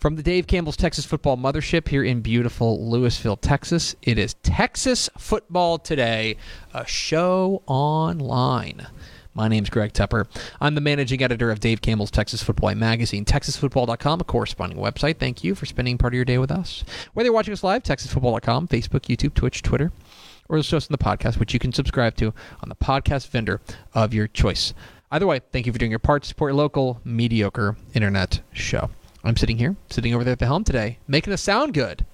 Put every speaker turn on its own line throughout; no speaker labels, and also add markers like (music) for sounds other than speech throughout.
From the Dave Campbell's Texas Football Mothership here in beautiful Louisville, Texas, it is Texas Football Today, a show online. My name's Greg Tepper. I'm the managing editor of Dave Campbell's Texas Football Magazine, texasfootball.com, a corresponding website. Thank you for spending part of your day with us. Whether you're watching us live, texasfootball.com, Facebook, YouTube, Twitch, Twitter, or just us on the podcast, which you can subscribe to on the podcast vendor of your choice. Either way, thank you for doing your part to support your local mediocre internet show. I'm sitting here, sitting over there at the helm today, making us sound good.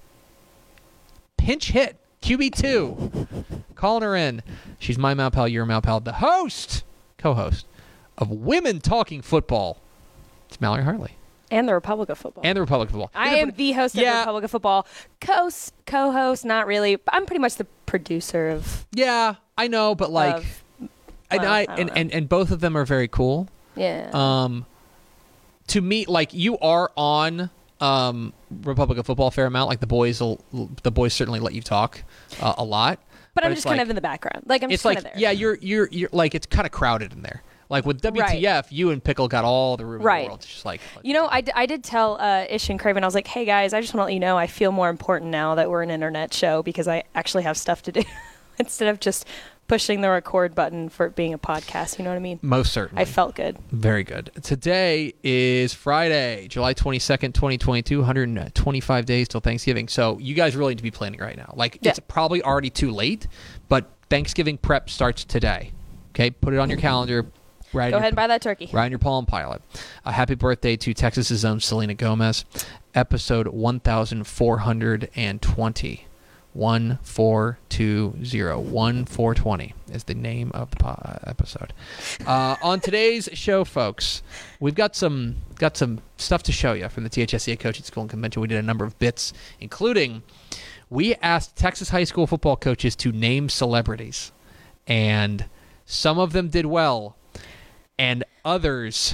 Pinch hit, QB2. Calling her in. She's my Mal Pal, your Mal Pal, the host, co host of Women Talking Football. It's Mallory Hartley
And the Republic of Football.
and the Republic of Football.
I
And
am the host of
Yeah.
the Republic of Football. Co-host, co-host, not really. But I'm pretty much the producer of.
Yeah, I know, but like,
Of-
and,
well,
I,
I don't
and,
know.
and, and both of them are very cool.
Yeah.
um to me like you are on um republic of football a fair amount like the boys will the boys certainly let you talk uh, a lot
but I'm
it's
just kind
like-
of in the background. Like I'm
it's
just
like
kind of there.
yeah you're you're you're like it's kind of crowded in there like with wtf you and pickle got all the room in
Right.
the world It's just like
You know, I, d- I did tell uh, Ish and Craven, I was like, hey guys, I just want to let you know I feel more important now that we're an internet show because I actually have stuff to do (laughs) instead of just pushing the record button for it being a podcast. You know what I mean?
most certainly
I felt good.
Very good. Today is Friday, July 22nd, 2022, 125 days till Thanksgiving. So you guys really need to be planning right now. Like,
Yeah.
it's probably already too late, but Thanksgiving prep starts today. Okay? Put it on your calendar. Right
Go ahead and buy that turkey.
Ryan, your palm pilot. A happy birthday to Texas's own Selena Gomez. Episode 1420. 1420. 1420 is the name of the po- episode. Uh, on today's show, folks, we've got some got some stuff to show you from the THSCA E Coaching School and Convention. We did a number of bits, including we asked Texas high school football coaches to name celebrities, and some of them did well, and others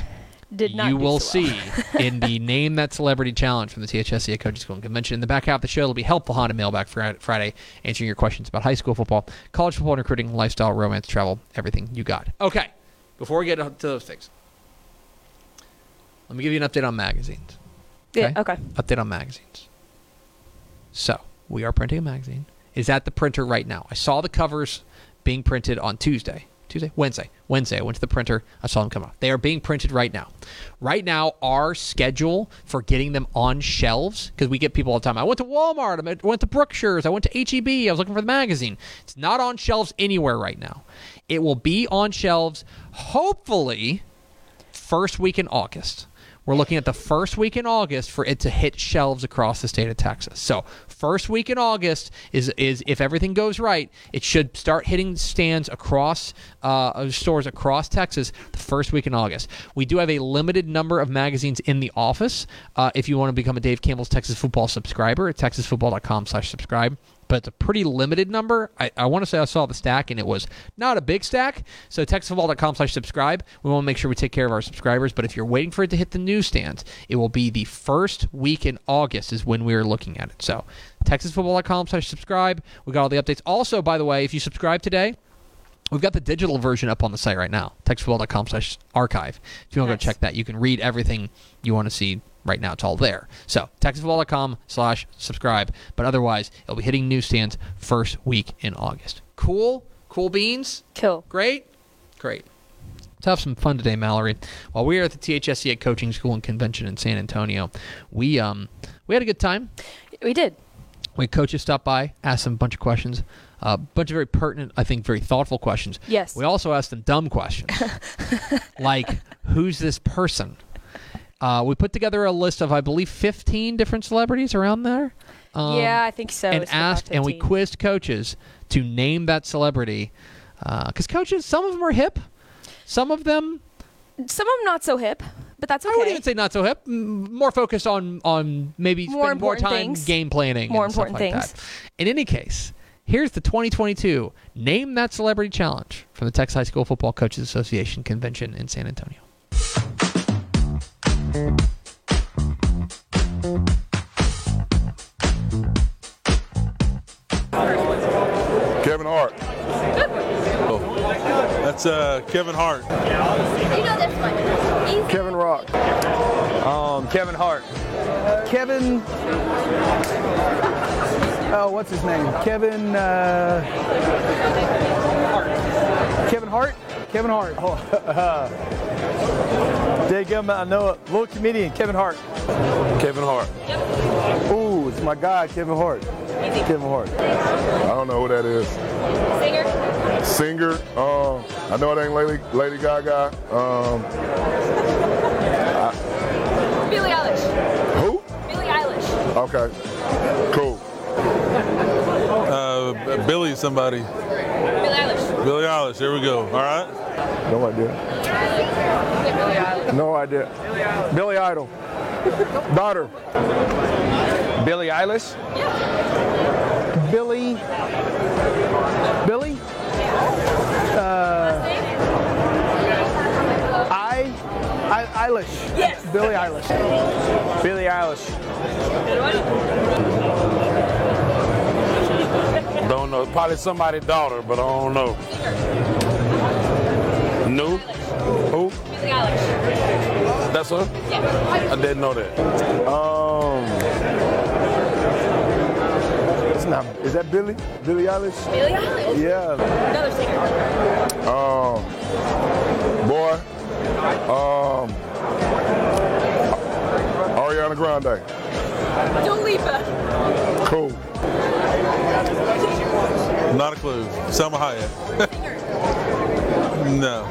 Did not
you
do
will
so well. (laughs)
see in the name that celebrity challenge from the THSCA Coaches School and Convention. In the back half of the show, it'll be helpful Honda Mailback Fri- Friday, answering your questions about high school football, college football, and recruiting, lifestyle, romance, travel, everything you got. Okay, before we get to those things, let me give you an update on magazines.
Yeah, okay.
Update on magazines. So we are printing a magazine. It's at the printer right now. I saw the covers being printed on Tuesday. Tuesday, Wednesday, Wednesday. I went to the printer. I saw them come out. They are being printed right now. Right now, our schedule for getting them on shelves because we get people all the time. I went to Walmart. I went to Brookshire's. I went to HEB. I was looking for the magazine. It's not on shelves anywhere right now. It will be on shelves hopefully first week in August. We're looking at the first week in August for it to hit shelves across the state of Texas. So, first week in August is is if everything goes right, it should start hitting stands across uh, uh, stores across Texas the first week in August. We do have a limited number of magazines in the office. Uh, if you want to become a Dave Campbell's Texas Football subscriber, at texasfootball.com/subscribe but it's a pretty limited number. I, I want to say I saw the stack and it was not a big stack. So texasfootball.com slash subscribe. We want to make sure we take care of our subscribers. But if you're waiting for it to hit the newsstands, it will be the first week in August is when we are looking at it. So texasfootball.com slash subscribe. We got all the updates. Also, by the way, if you subscribe today, We've got the digital version up on the site right now, texasfootball.com slash archive. If you want to
Nice.
go check that, you can read everything you want to see right now. It's all there. So, texasfootball.com slash subscribe. But otherwise, it'll be hitting newsstands first week in August. Cool? Cool beans?
Cool.
Great? Great. Let's have some fun today, Mallory. While we are at the THSCA E Coaching School and Convention in San Antonio, we, um, we had a good time.
We did.
We had coaches stopped by, asked them a bunch of questions. A bunch of very pertinent, I think, very thoughtful questions.
Yes.
We also asked them dumb
(laughs)
questions, like who's this person? Uh, we put together a list of, I believe, 15 different celebrities around there. Um,
yeah, I think so.
and
It's about
asked, and we
15.
quizzed coaches to name that celebrity. Because coaches, some of them are hip, some of them
Some of them not so hip, but that's okay.
I wouldn't even say not so hip. M- More focused on on maybe spend
More
more
important
time
things.
game planning.
More
and stuff
important
like
things.
That. In any case, here's the 2022 Name That Celebrity Challenge from the Texas High School Football Coaches Association convention in San Antonio.
Kevin Hart.
Oh, That's uh, Kevin Hart.
You know this one. Easy.
Kevin Rock.
Um, Kevin Hart.
Kevin. Oh, what's his name? Kevin. Uh, Kevin Hart. Kevin Hart.
Oh, (laughs) uh-huh. Dig him, I know it. Little comedian, Kevin Hart.
Kevin Hart.
Ooh, it's my guy, Kevin Hart. Kevin Hart.
I don't know who that is.
Singer.
Singer. Um, I know it ain't Lady, Lady Gaga. Um,
Billie Eilish.
who?
Billie Eilish.
Okay. Cool.
Uh, Billy somebody.
Billie Eilish.
Billy Eilish. There we go. All right.
No idea.
Billie Eilish.
No idea. Billy Idol. Daughter.
Billie Eilish.
Billy. Billy. Uh, I. I. Eilish.
Yes.
Billy Eilish.
Billie Eilish.
Don't know. Probably somebody's daughter, but I don't know. No. Who?
Billie Eilish.
That's her?
Yeah.
I didn't know that.
Um. It's not. Is that Billy? Billy Eilish?
Billie Eilish.
Yeah.
Another singer.
Um. Boy. Um. Ariana Grande.
Dua Lipa.
Cool.
Not a clue. Selma Hayek. (laughs) no.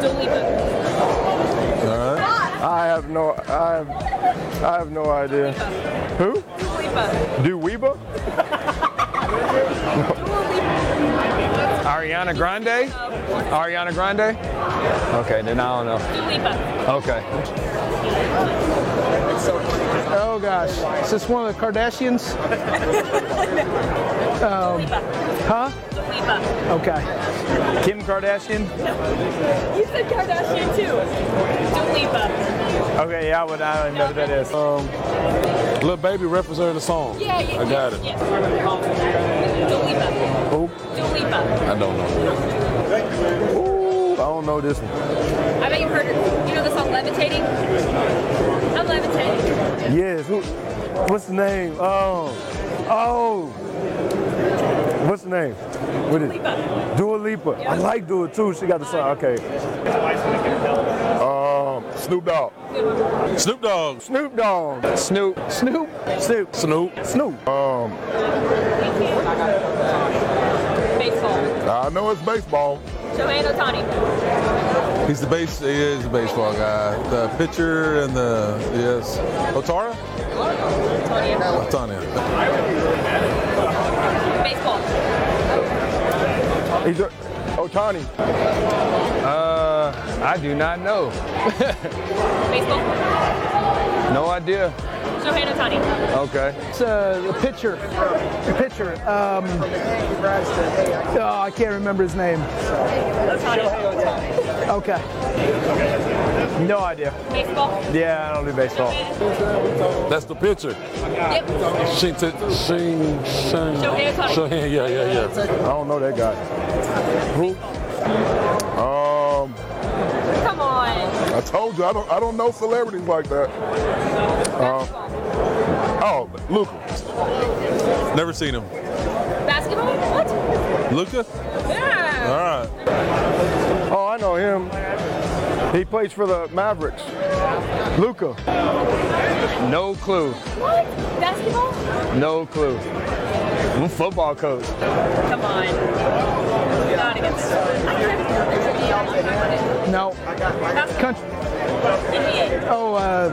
Dua Lipa.
All right.
I have no. I have, I have no idea. Who?
Dua Lipa.
Do Weeba?
Ariana Grande. Ariana Grande. Okay, then I don't know.
Dua Lipa.
Okay.
Oh gosh, is this one of the Kardashians?
Dua Lipa.
Huh?
Dua Lipa.
Okay.
Kim Kardashian.
You said Kardashian too. Dua Lipa.
Okay, yeah, I would. I don't know who that is. Um,
Little baby reference her in the song.
Yeah, yeah,
I
yes,
got it.
Yes. Dua Lipa. Dua Lipa.
I don't know.
Ooh, I don't know this one.
I bet you've heard her. You know the song Levitating? I'm levitating.
Yes. Who, what's the name? Oh. Oh. What's the name? What is it?
Lipa.
Dua Lipa. I like Dua too. She got the song. Okay. Um, Snoop Dogg.
Snoop Dogg.
Snoop Dogg.
Snoop.
Snoop. Snoop.
Snoop.
Snoop. Um,
Baseball.
I know it's baseball.
Joanne Otani.
He's the base. He is the baseball guy. The pitcher and the yes. Otara.
Otani.
Otania.
Baseball.
He's a, oh, Otani.
Uh, I do not know.
Baseball.
No idea.
Joanne Otani.
Okay.
It's uh, the pitcher. The pitcher. Um, oh, I can't remember his name. Okay.
No idea.
Baseball.
Yeah, I don't do baseball.
That's the pitcher.
Yep.
Shing, t- shing, shing.
Shohei Ohtani.
Shohei, (laughs) yeah, yeah, yeah.
I don't know that guy. Who? Um,
Come on.
I told you I don't I don't know celebrities like that. Uh, Oh, Luca.
Never seen him.
Basketball? What?
Luca? All
Yeah.
right.
Oh, I know him. He plays for the Mavericks. Luca.
No clue.
What? Basketball?
No clue. I'm a football coach.
Come on. Not against this one. I can't even NBA.
No. Country.
NBA.
Oh, uh,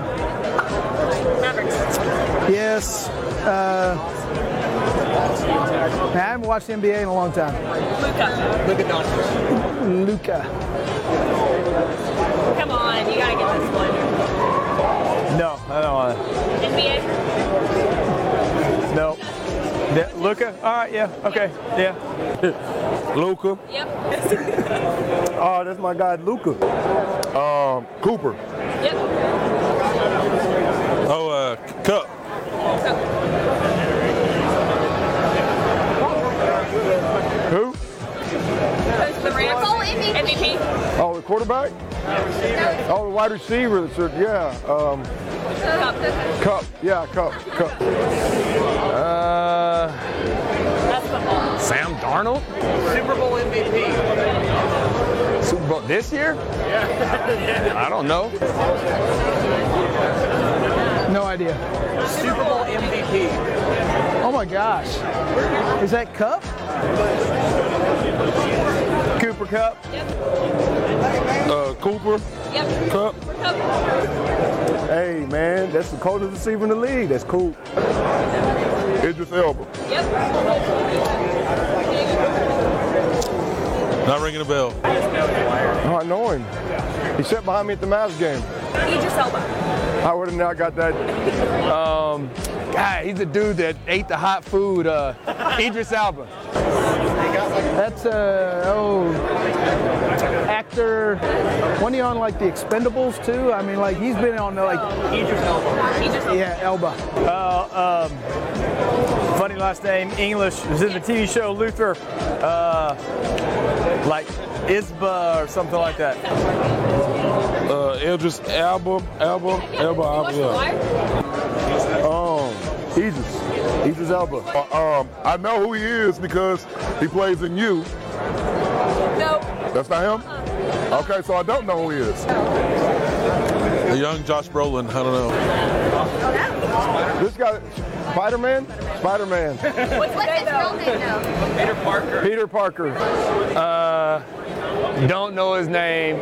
Mavericks.
yes. Uh, man, I haven't watched the NBA in a long time.
Luca.
Luca.
Come on. You gotta get this one.
No, I don't want it.
NBA.
No. Yeah, Luca? All right, yeah, okay, yeah.
Luca.
Yep.
Oh, that's my guy, Luca.
Um, Cooper.
Yep.
Oh, uh, Cup.
Who?
Goes to the Rams. MVP.
Oh, the quarterback? Oh, the wide receiver. That's a, yeah. Um,
That's
cup. Yeah, cup. Cup.
Uh,
football.
Sam Darnold?
Super Bowl MVP.
Super Bowl this year? I don't know.
No idea.
Super Bowl MVP.
Oh my gosh. Is that Cup?
Cooper Cup?
Uh, Cooper.
Yep.
Cup.
Cup.
Hey, man, that's the coldest receiver in the league. That's cool.
Idris Elba.
Yep.
Not ringing a bell.
Oh, I know him. He sat behind me at the Mavs game.
Idris Elba.
I would have not got that.
God, he's a dude that ate the hot food. Uh, Idris Alba.
That's uh oh actor. Wasn't he on like the Expendables too? I mean, like he's been on like
Idris Elba.
yeah Elba.
Uh, um, funny last name, English. It was in the TV show Luther, uh, like Isba or something like that.
Uh, Idris Elba. Elba. Elba.
You watch The
Elba.
Wire?
Um, Idris. Idris Elba.
Uh, um, I know who he is because he plays in you.
No.
That's not him? Okay, so I don't know who he is. The young Josh Brolin, I don't know.
This guy, Spider Man? Spider Man.
What's his real name now?
Peter Parker.
Uh, Don't know his name,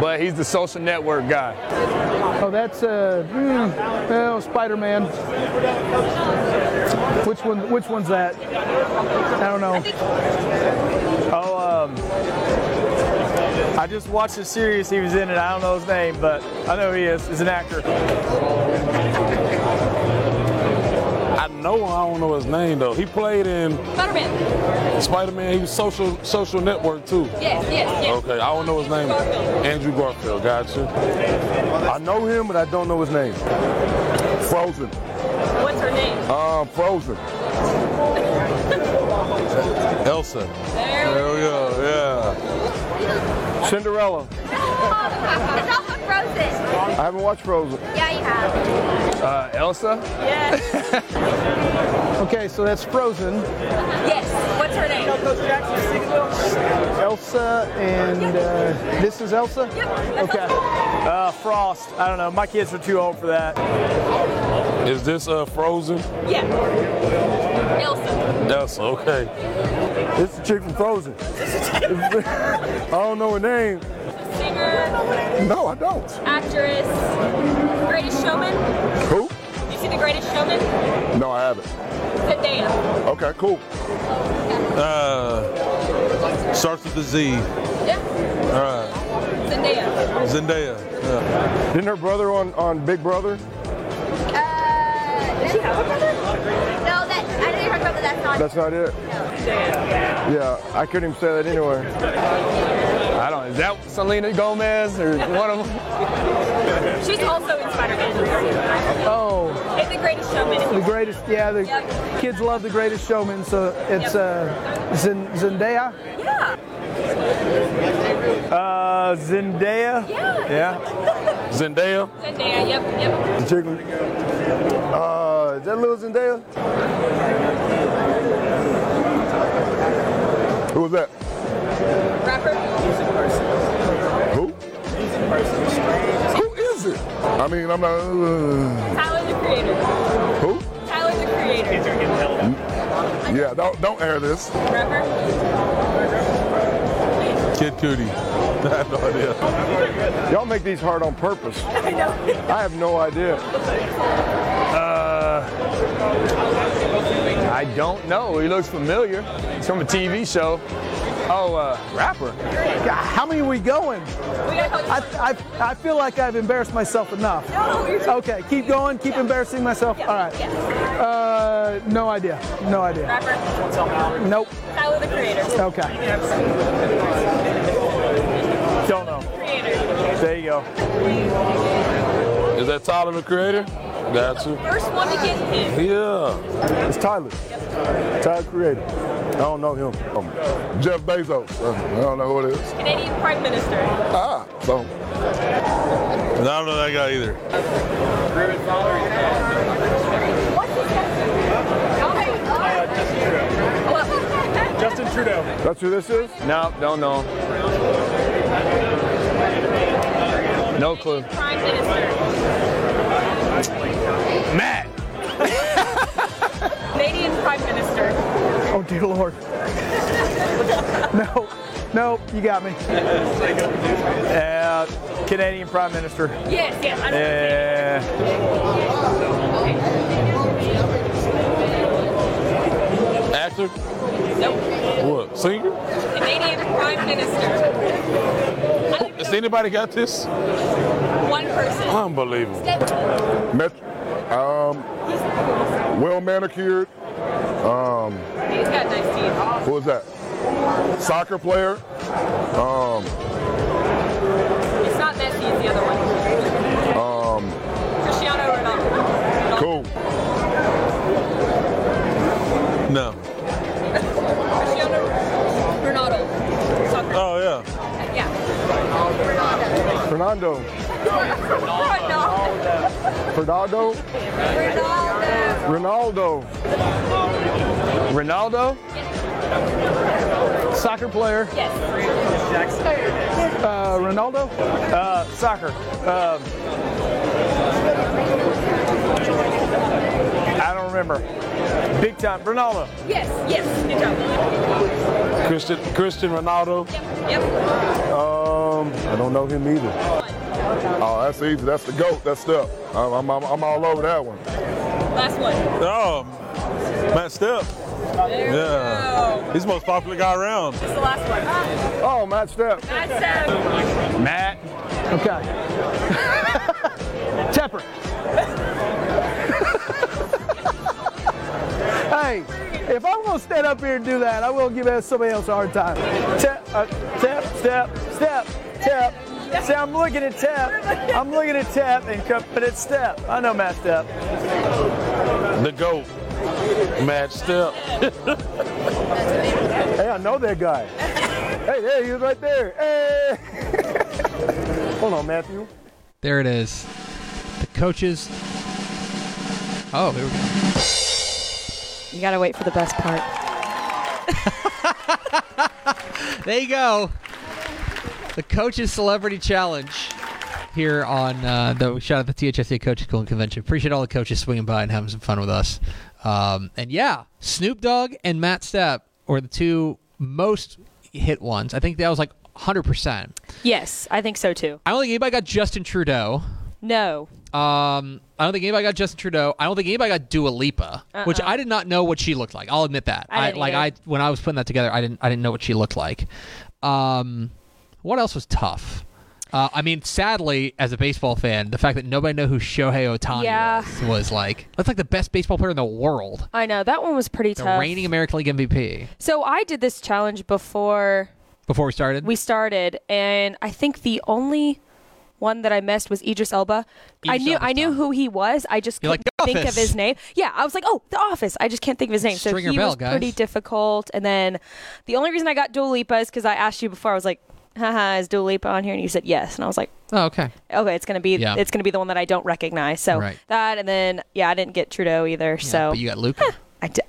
but he's the social network guy.
Oh, that's uh hmm, well Spider Man. Which one? Which one's that? I don't know.
Oh, um, I just watched a series he was in, and I don't know his name, but I know he is. He's an actor.
I know I don't know his name though. He played in
Spider-Man.
Spider-Man, he was social social network too.
Yes, yes, yes.
Okay, I don't know his name. Andrew Garfield, gotcha.
I know him, but I don't know his name.
Frozen.
What's her name?
Um, Frozen. (laughs)
Elsa.
There.
Uh,
Hell yeah, yeah.
Cinderella.
It's all frozen.
I haven't watched Frozen.
Yeah, you have.
Uh, Elsa?
Yes.
Okay, so that's Frozen,
Yes. What's her name?
Elsa, and uh, this is Elsa. Okay.
Uh, Frost. I don't know. My kids are too old for that.
Is this uh Frozen?
Yeah. Elsa.
Elsa, okay.
It's the chick from Frozen. (laughs) I don't know her name.
Singer,
No, I don't.
actress, greatest showman.
Cool?
You see the greatest showman?
No, I haven't.
Zendaya.
Okay, cool. Uh starts with the Z.
Yeah.
All right.
Zendaya.
Zendaya. Yeah.
Didn't her brother on, on Big Brother?
Uh, Does she have a brother? No, that I didn't hear brother. That's not.
That's not it. Yeah, I couldn't even say that anywhere.
I don't Is that Selena Gomez or one of them?
She's also in Spider-Man.
(laughs) Oh,
It's the greatest showman.
the greatest. Yeah, the
Yep.
kids love the Greatest Showman. So it's uh, Zen- Zendaya.
Yeah.
Uh, Zendaya.
Yeah.
Yeah.
Zendaya?
Zendaya. Yep. Yep.
The chick from, uh, is that Lil Zendaya?
Who was that?
Rapper.
Who? Who is it? I mean, I'm not.
uh,
Tyler the Creator.
Uh, who?
Tyler the Creator.
Yeah, don't don't air this. Kid Cootie.
(laughs)
I have no idea.
Y'all make these hard
(laughs)
on purpose. I know. I have no idea.
Uh, I don't know. He looks familiar. He's from a TV show. Oh, uh, rapper.
God, how many are we going? I, I, I feel like I've embarrassed myself enough. okay, keep going. Keep embarrassing myself. All right. Uh, no idea. No idea.
Rapper.
Nope.
Tyler the Creator.
Okay.
Don't know. There you go.
Is that Tyler the Creator? That's who.
First one to get hit.
Yeah.
It's Tyler. Tyler Creator. I don't know him.
Um, Jeff Bezos.
Uh,
I don't know who it is.
Canadian Prime Minister.
Ah, so. And I don't know that guy either.
(laughs)
Uh,
Justin Trudeau.
That's who this is?
No, don't know. No clue.
Prime Minister.
Matt.
Canadian Prime Minister.
Oh
(laughs)
dear lord. no, no, you got me.
Uh, Canadian Prime Minister.
Yes, yes. I
know. Uh, actor.
Nope.
What? Singer?
Canadian Prime Minister.
Has anybody got this?
One person.
Unbelievable.
Met- um, well manicured. Um,
He's got nice teeth.
Who is that? Soccer player. Um,
it's not Messi, it's the other one.
Um,
Cristiano Ronaldo.
Cool.
No.
Cristiano Ronaldo. Soccer.
Oh yeah.
Yeah.
Fernando. Fernando. Ronaldo.
Ronaldo? Soccer player?
Yes.
Uh, Ronaldo?
Uh, soccer. Um, I don't remember. Big time. Ronaldo.
Yes, yes. Good job.
Christian, Christian Ronaldo.
Yep. yep.
Um, I don't know him either.
Oh, that's easy. That's the goat. That's stuff. I'm, I'm, I'm, I'm all over that one.
Last one.
Oh, Matt Step.
There yeah.
He's the most popular guy around.
It's the last one.
Oh, Matt Step.
Matt Step.
Matt.
Okay. Tepper. hey, if I'm gonna stand up here and do that, I will give somebody else a hard time.
Tap, uh, tap, step, step, tap. See, I'm looking at tap. I'm looking at tap and confident step. I know Matt Step.
The goat. Matt
(laughs)
Step.
hey, I know that guy. Hey, there he is right there.
(laughs)
Hey. Hold on, Matthew.
There it is. The coaches. Oh, here we
go. You gotta wait for the best part.
there you go. The coaches celebrity challenge here on uh, the shout out the THFA E Coaches School and Convention. Appreciate all the coaches swinging by and having some fun with us. Um, and yeah, Snoop Dogg and Matt Stapp were the two most hit ones. I think that was like 100%.
Yes, I think so too.
I don't think anybody got Justin Trudeau.
No.
Um, I don't think anybody got Justin Trudeau. I don't think anybody got Dua Lipa, uh-uh. which I did not know what she looked like. I'll admit that. I
I,
like
either.
I when I was putting that together, I didn't I didn't know what she looked like. Um, what else was tough? Uh, I mean, sadly, as a baseball fan, the fact that nobody knew who Shohei Otani
yeah.
was, was like that's like the best baseball player in the world.
I know that one was pretty
the
tough.
Reigning American League MVP.
So I did this challenge before
before we started.
We started, and I think the only one that I missed was Idris Elba.
Idris
I knew
Elba's
I knew
done.
who he was. I just
You're
couldn't
like, "The
think of
Office."
his name. Yeah, I was like, oh, The Office. I just can't think of his name.
Stringer
so he
bell,
was
guys.
pretty difficult. And then the only reason I got Dua Lipa is because I asked you before. I was like, haha, is Dua Lipa on here? And you said yes, and I was like,
Oh, okay.
okay, it's gonna be
Yeah.
it's gonna be the one that I don't recognize. So
Right.
that, and then yeah, I didn't get Trudeau either. so
But you got Luca.
I did.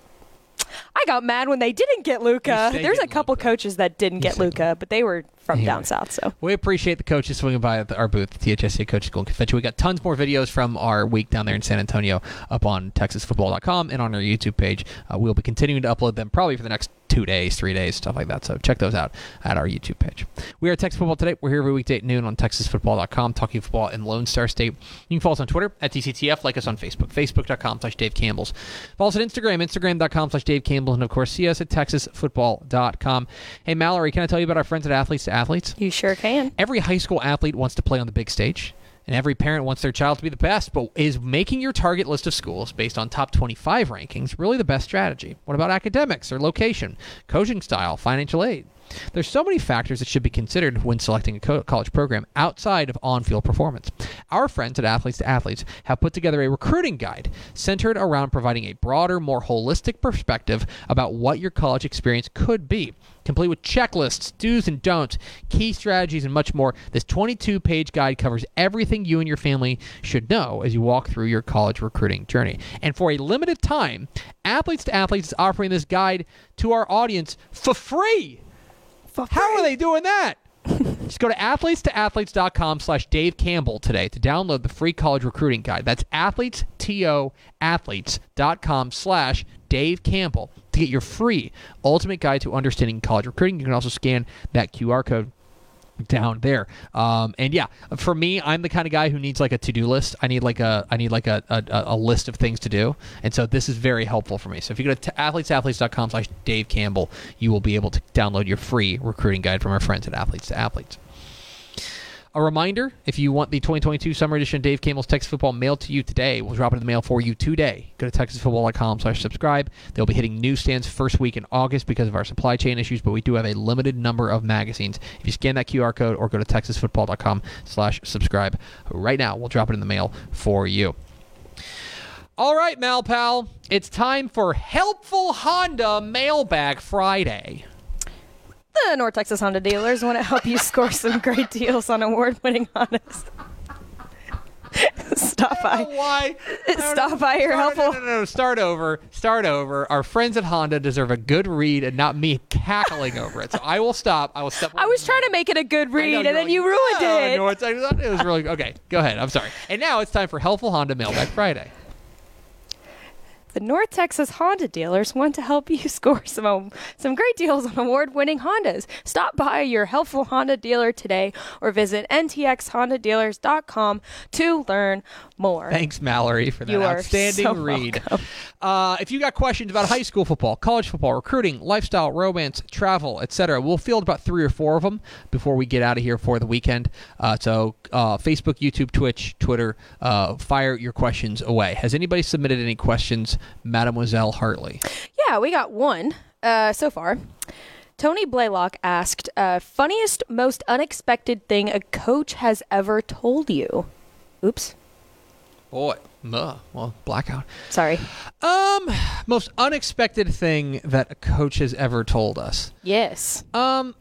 I got mad when they didn't get Luca.
You say
There's a
get
couple coaches that didn't get
say-
Luca, but they were from down south. So
We appreciate the coaches swinging by at the- our booth, the THSA Coaches School and Convention. We got tons more videos from our week down there in San Antonio up on TexasFootball.com and on our YouTube page. Uh, we'll be continuing to upload them probably for the next two days, three days, stuff like that. So check those out at our YouTube page. We are Texas Football Today. We're here every weekday at noon on TexasFootball.com, talking football in Lone Star State. You can follow us on Twitter at TCTF, like us on Facebook, Facebook.com slash Dave Campbell's. Follow us on Instagram, Instagram.com slash Dave Campbell, and of course, see us at TexasFootball.com. Hey, Mallory, can I tell you about our friends at Athletes to Athletes?
you sure can.
every high school athlete wants to play on the big stage and every parent wants their child to be the best but is making your target list of schools based on top 25 rankings really the best strategy what about academics or location coaching style financial aid there's so many factors that should be considered when selecting a co- college program outside of on-field performance our friends at athletes to athletes have put together a recruiting guide centered around providing a broader more holistic perspective about what your college experience could be complete with checklists, do's and don'ts, key strategies, and much more. This 22 page guide covers everything you and your family should know as you walk through your college recruiting journey. And for a limited time, Athletes to Athletes is offering this guide to our audience for free. How are they doing that? Just go to athletes to athletes.com slash Dave Campbell today to download the free college recruiting guide. That's athletes, T-O, athletes.com slash Dave Campbell to get your free ultimate guide to understanding college recruiting. You can also scan that QR code down there um, and yeah for me i'm the kind of guy who needs like a to-do list i need like a i need like a, a, a list of things to do and so this is very helpful for me so if you go to t- athletesathletes.com slash dave campbell you will be able to download your free recruiting guide from our friends at athletes to athletes a reminder if you want the 2022 summer edition of Dave Campbell's Texas Football mailed to you today, we'll drop it in the mail for you today. Go to texasfootball.com slash subscribe. They'll be hitting newsstands first week in August because of our supply chain issues, but we do have a limited number of magazines. If you scan that QR code or go to texasfootball.com slash subscribe right now, we'll drop it in the mail for you. All right, Mal Pal, it's time for Helpful Honda Mailbag Friday.
The North Texas Honda dealers want to help you (laughs) score some great deals on award-winning Hondas. (laughs) Stop by.
Oh,
(laughs)
Why?
Stop by your
Start-
helpful.
No, no, no, no. Start over. Start over. Our friends at Honda deserve a good read and not me cackling over it. So I will stop. I will step.
I was trying to make it a good read, and then you ruined it.
it. it was really okay. Go ahead. I'm sorry. And now it's time for helpful Honda Mailbag Friday.
The North Texas Honda dealers want to help (laughs) you score some um, some great deals on award-winning Hondas. Stop by your helpful Honda dealer today or visit ntxhondadealers.com to learn more.
Thanks, Mallory, for that
You are
outstanding
so
read. Uh, if you got questions about high school football, college football, recruiting, lifestyle, romance, travel, etc., we'll field about three or four of them before we get out of here for the weekend. Uh, so, uh, Facebook, YouTube, Twitch, Twitter, uh, fire your questions away. Has anybody submitted any questions, Mademoiselle Hartley?
Yeah, we got one uh, so far. Tony Blaylock asked, uh, "Funniest, most unexpected thing a coach has ever told you?" Oops,
Boy, Muh. well, blackout.
sorry.
Um, most unexpected thing that a coach has ever told us.
Yes,
Um,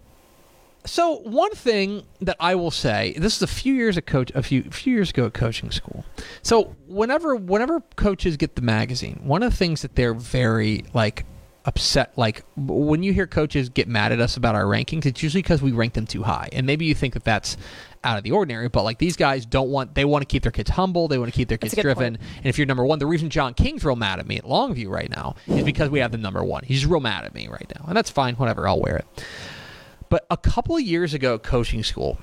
so one thing that I will say, this is a few years a coach, a few few years ago at coaching school. So whenever whenever coaches get the magazine, one of the things that they're very like upset like when you hear coaches get mad at us about our rankings it's usually because we rank them too high and maybe you think that that's out of the ordinary but like these guys don't want they want to keep their kids humble they want to keep their kids
a good
driven and if you're number one the reason john king's real mad at me at longview right now is because we have the number one he's real mad at me right now and that's fine whatever i'll wear it but a couple of years ago at coaching school,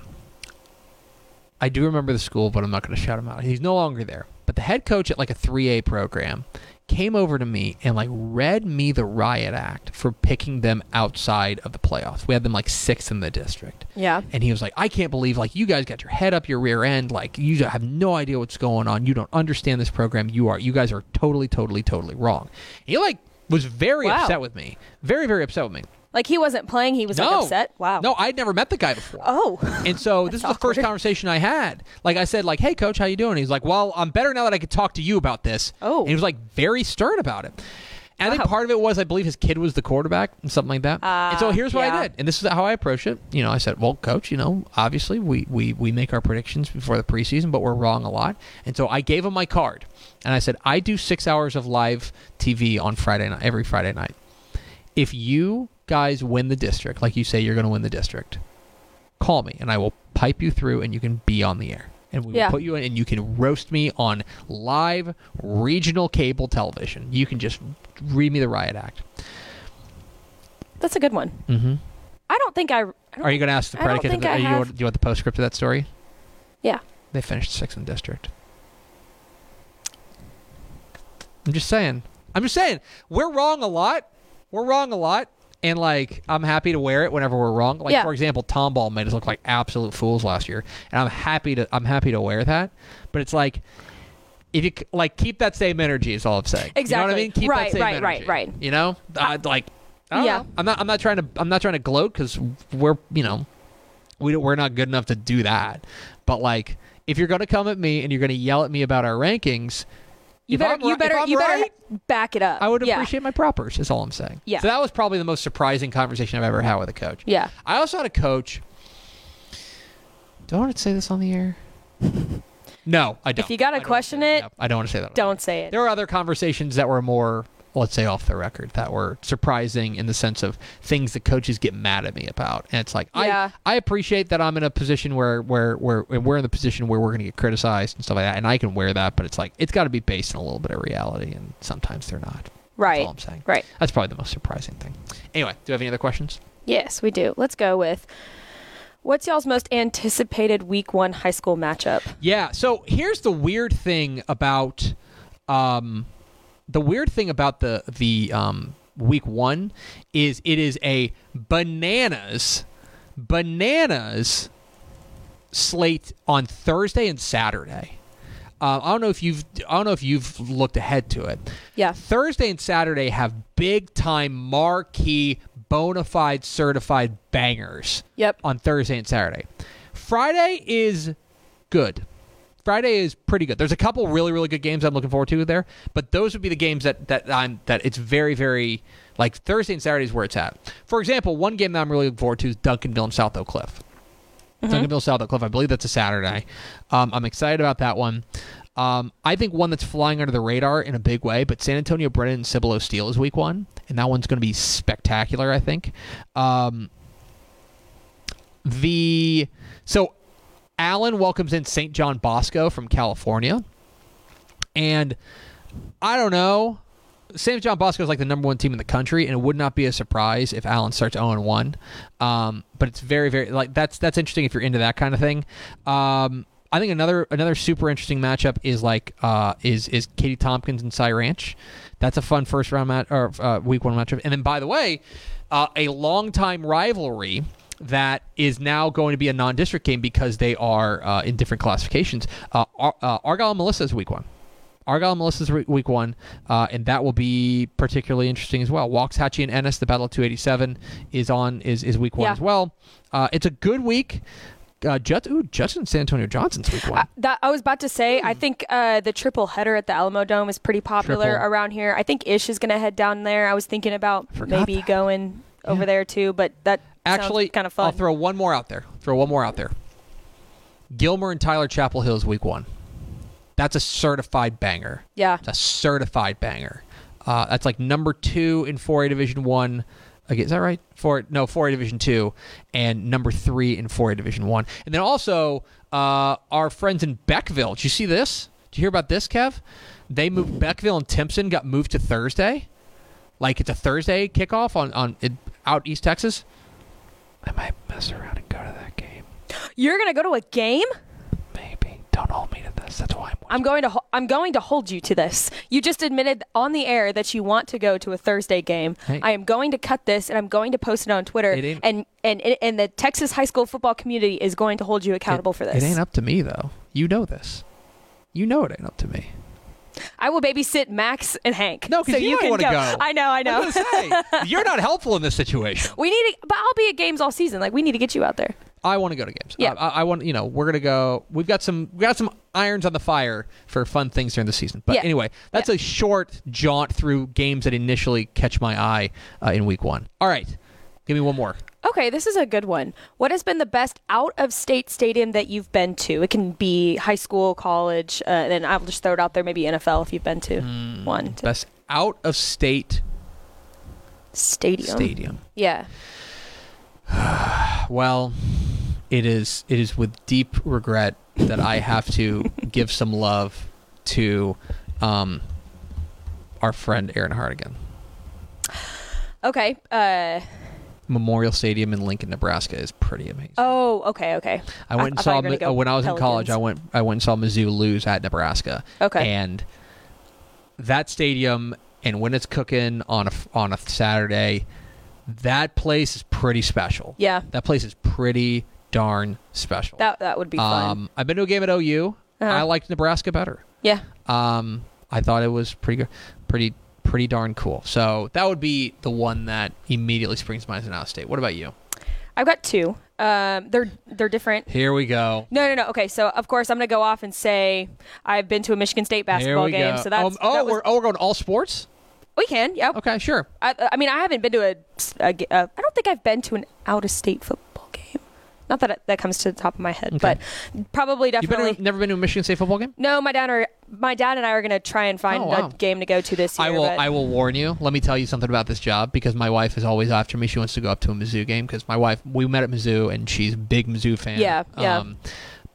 I do remember the school, but I'm not going to shout him out. He's no longer there. But the head coach at like a 3A program came over to me and like read me the riot act for picking them outside of the playoffs. We had them like sixth in the district.
Yeah.
And he was like, I can't believe like you guys got your head up your rear end. Like you have no idea what's going on. You don't understand this program. You are you guys are totally, totally, totally wrong. He like was very
Wow.
upset with me. Very, very upset with me.
like he wasn't playing; he was like, upset. Wow.
No, I'd never met the guy before.
Oh. (laughs)
And so this is the first conversation I had. Like I said, like, hey coach, how you doing? He's like, Well, I'm better now that I could talk to you about this.
Oh.
And he was like very stern about it. And I think part of it was I believe his kid was the quarterback and something like that. and so here's what
Uh, yeah.
I did. And this is how I approached it. You know, I said, Well, coach, you know, obviously we, we, we make our predictions before the preseason, but we're wrong a lot. And so I gave him my card and I said, I do six hours of live TV on Friday night every Friday night if you guys win the district, like you say you're going to win the district, call me and I will pipe you through and you can be on the air. And we
Yeah.
will put you in and you can roast me on live regional cable television. You can just read me the riot act.
That's a good one.
Mm-hmm.
I don't think I. I don't
Are you going to ask the
I don't
predicate? Of
think
the,
I
are you,
have-
want- do you want the postscript to that story?
Yeah.
They finished sixth in the district. I'm just saying. I'm just saying. We're wrong a lot. We're wrong a lot. And like, I'm happy to wear it whenever we're wrong. Like,
Yeah.
for example, Tom Ball made us look like absolute fools last year, and I'm happy to. I'm happy to wear that. But it's like, if you c- like, keep that same energy. Is all I'm saying. You know what I
Exactly.
mean? Keep that
Right,
same
right, right,
energy,
right.
You know, uh, like, I don't
Yeah.
know. I'm not. I'm not trying to. I'm not trying to gloat because we're. You know, we don't, we're not good enough to do that. But like, if you're gonna come at me and you're gonna yell at me about our rankings,
You
if
better.
I'm ri-
you
if
better.
I'm
You better
right,
back it up.
I would
yeah.
appreciate my propers. Is all I'm saying.
Yeah.
So that was probably the most surprising conversation I've ever had with a coach.
Yeah.
I also had a coach. Do I want to say this on the air? (laughs) No, I don't.
If you gotta question it,
Nope, I don't want to say that.
don't say it.
There were other conversations that were more, let's say, off the record that were surprising in the sense of things that coaches get mad at me about. And it's like,
Yeah.
I, I appreciate that I'm in a position where, where, where and we're in the position where we're going to get criticized and stuff like that. And I can wear that, but it's like, it's got to be based on a little bit of reality. And sometimes they're not. That's
Right.
all I'm saying.
Right.
That's probably the most surprising thing. Anyway, do you have any other questions?
Yes, we do. Let's go with. What's y'all's most anticipated week one high school matchup?
Yeah. So here's the weird thing about, um, the weird thing about the the um, week one is it is a bananas, bananas slate on Thursday and Saturday. Uh, I don't know if you've I don't know if you've looked ahead to it.
Yeah.
Thursday and Saturday have big time marquee bona fide certified bangers
Yep.
on Thursday and Saturday. Friday is good. Friday is pretty good. There's a couple really really good games I'm looking forward to there, but those would be the games that that I'm that it's very very like Thursday and Saturday is where it's at. For example, one game that I'm really looking forward to is Duncanville and South Oak Cliff. Duncanville South Oak Cliff. I believe that's a Saturday. Um, I'm excited about that one. Um, I think one that's flying under the radar in a big way, but San Antonio Brennan and Cibolo Steel is week one, and that one's going to be spectacular. I think. Um, the so Allen welcomes in St. John Bosco from California, and I don't know. St. John Bosco is like the number one team in the country, and it would not be a surprise if Allen starts 0 1. Um, but it's very, very like that's that's interesting if you're into that kind of thing. Um, I think another another super interesting matchup is like uh, is is Katie Tompkins and Cy Ranch. That's a fun first round match or uh, week one matchup. And then by the way, uh, a longtime rivalry that is now going to be a non-district game because they are uh, in different classifications. Uh, Ar- uh, Argyle and Melissa is week one. Argyle and Melissa's re- week one, uh, and that will be particularly interesting as well. Waxahachie and Ennis, the Battle of 287 is on is is week one
Yeah.
as well. Uh, it's a good week. Uh, Jud- ooh, Justin San Antonio Johnson's week one.
That I was about to say. I think uh, the triple header at the Alamo Dome is pretty popular
Triple.
around here. I think Ish is going to head down there. I was thinking about
Forgot
maybe
that.
going over there too, but that
Actually,
kind of fun.
I'll throw one more out there. Throw one more out there. Gilmer and Tyler Chapel Hill is week one. That's a certified banger.
yeah,
It's a certified banger. Uh, that's like number two in 4A Division One. Okay, is that right? Four no 4A Division Two, and number three in 4A Division One. And then also uh, our friends in Beckville. Did you see this? Did you hear about this, Kev? They moved Beckville and Timpson got moved to Thursday. Like it's a Thursday kickoff on on in, out East Texas. I might mess around and go to that game.
you're going to go to a game.
Maybe. Don't hold me to this. That's why I'm.
I'm going to ho- I'm going to hold you to this. You just admitted on the air that you want to go to a Thursday game.
Hey.
I am going to cut this and I'm going to post it on Twitter
It ain't-
and, and and the Texas high school football community is going to hold you accountable
it,
for this.
It ain't up to me though. You know this. You know it ain't up to me.
I will babysit Max and Hank.
No, 'cause
so
you
you
don't
can
wanna go.
I know, I know.
I was gonna say, you're not helpful in this situation.
(laughs) we need to, but I'll be at games all season. Like we need to get you out there.
I want to go to games.
Yeah.
I, I want. You know, we're gonna go. We've got some. We got some irons on the fire for fun things during the season. But
Yeah.
anyway, that's a short jaunt through games that initially catch my eye uh, in week one. All right, give me one more.
Okay, this is a good one. What has been the best out of state stadium that you've been to? It can be high school, college, uh, and then I'll just throw it out there. Maybe NFL if you've been to
Hmm,
one two.
Best out of state
stadium.
stadium.
Yeah.
Well, it is it is with deep regret that I have
(laughs)
to give some love to um, our friend Aaron Hardigan.
Okay. Uh,
Memorial Stadium in Lincoln, Nebraska is pretty amazing.
oh, okay, okay.
I went and
thought
saw
you were gonna
Mi-
go
when I was in college. I
Pelicans.
went I went and saw Mizzou lose at Nebraska.
Okay.
and that stadium and when it's cooking on a f- on a Saturday, that place is pretty special.
Yeah.
that place is pretty darn special.
That that would be fun.
Um, I've been to a game at OU.
Uh-huh.
I liked Nebraska better.
yeah.
Um, I thought it was pretty good, pretty pretty darn cool. So that would be the one that immediately springs to mind as an out of state. What about you?
I've got two. Um, they're they're different.
Here we go.
No, no, no. Okay, so of course I'm gonna go off and say I've been to a Michigan State basketball
Here we
game.
go.
So that's
Um, oh,
that was-
we're oh we're going all sports.
we can. Yeah.
Okay, sure.
I, I mean, I haven't been to a, a, ga- a. I don't think I've been to an out-of-state football game. Not that it, that comes to the top of my head, but probably
You've been to-
definitely.
never been to a Michigan State football game?
no, my dad are my dad and I are gonna try and find
Oh, wow.
a game to go to this year.
I will.
but-
I will warn you. Let me tell you something about this job because my wife is always after me. She wants to go up to a Mizzou game because my wife. We met at Mizzou and she's a big Mizzou fan. Um,
Yeah, yeah.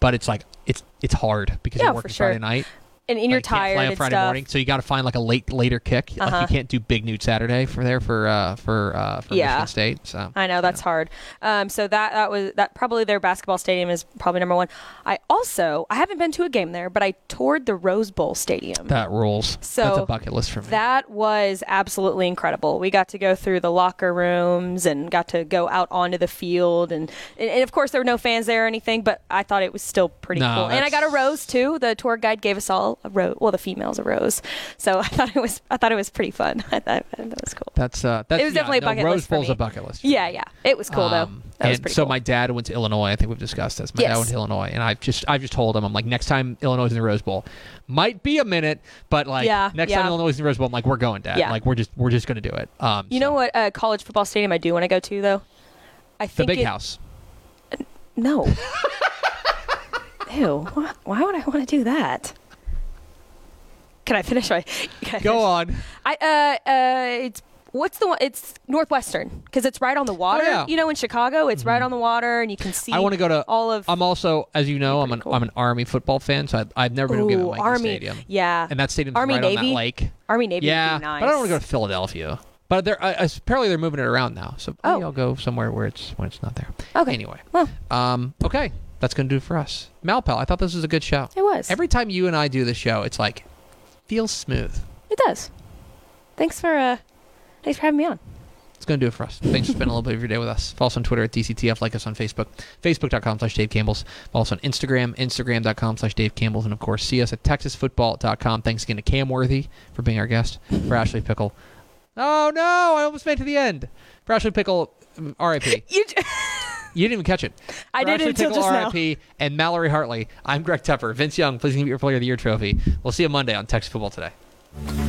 but it's like it's it's hard because
Yeah,
you're working
for sure.
Friday night.
and, and you're
Like, you can't
tired
fly on
and
Friday
stuff.
morning, so you got to find like a late later kick.
Uh-huh.
Like you can't do big nude Saturday for there for uh, for uh, for
Yeah.
Michigan State. So
I know that's hard. Um, so that that was that probably their basketball stadium is probably number one. I also I haven't been to a game there, but I toured the Rose Bowl stadium.
that rules.
So
that's a bucket list for me.
That was absolutely incredible. We got to go through the locker rooms and got to go out onto the field, and and, and of course there were no fans there or anything, but I thought it was still pretty
No,
cool. And I
that's-
got a rose too. The tour guide gave us all a rose. Well, the females a rose. So (laughs) I thought it was I thought it was pretty fun. (laughs) I thought I thought that was cool.
that's uh, that's
it was
yeah,
definitely a
no,
bucket
Rose
list for
Bowl's
me.
a bucket list.
Yeah, yeah, it was cool
Um,
though. That was
and
pretty
so
cool.
my dad went to Illinois. I think we've discussed this. My dad
Yes.
went to Illinois, and I've just I've just told him I'm like next time Illinois is in the Rose Bowl, might be a minute, but like
Yeah,
next
yeah.
time Illinois is in the Rose Bowl, I'm like we're going, Dad.
Yeah.
Like we're just we're just gonna do it. Um,
You know what uh, college football stadium I do want to go to though? I
the
think
big
it-
house. (laughs)
No. Ew. wh- Why would I want to do that? Can I finish my? Can I
Go on.
finish- I uh uh it's what's the one? It's Northwestern because it's right on the water.
Oh, yeah. Mm-hmm.
You know, in Chicago, it's right on the water, and you can see.
I want to go to
all of
I'm also, as you know, I'm an
cool.
I'm an Army football fan, so I, I've never been to a game at
Ooh,
Lincoln
Army.
Stadium.
Yeah.
and that stadium's
Army
right on
Navy?
that lake.
Army Navy.
yeah,
would be nice.
but I don't want to go to Philadelphia. But they're uh, apparently they're moving it around now, so maybe I'll go somewhere where it's when it's not there.
Oh. Okay.
Anyway,
Well,
um, okay, that's gonna do it for us. Malpal, I thought this was a good show.
It was.
Every time you and I do the show, it's like feels smooth.
it does. Thanks for uh, thanks for having me on.
It's going to do it for us. Thanks for spending a little bit of your day with us. Follow us on Twitter at DCTF. Like us on Facebook, facebook.com slash Dave Campbell's. Follow us on Instagram, instagram.com slash Dave Campbell's. And, of course, see us at texasfootball.com. Thanks again to Cam Worthy for being our guest. For Ashley Pickle. Oh, no. I almost made it to the end. For Ashley Pickle, mm, RIP.
You.
You didn't even catch it.
(laughs) I
For
did
Ashley
until
Pickle,
just now.
RIP, and Mallory Hartley. I'm Greg Tepper. Vince Young, please give me your Player of the Year trophy. We'll see you Monday on Texas Football Today.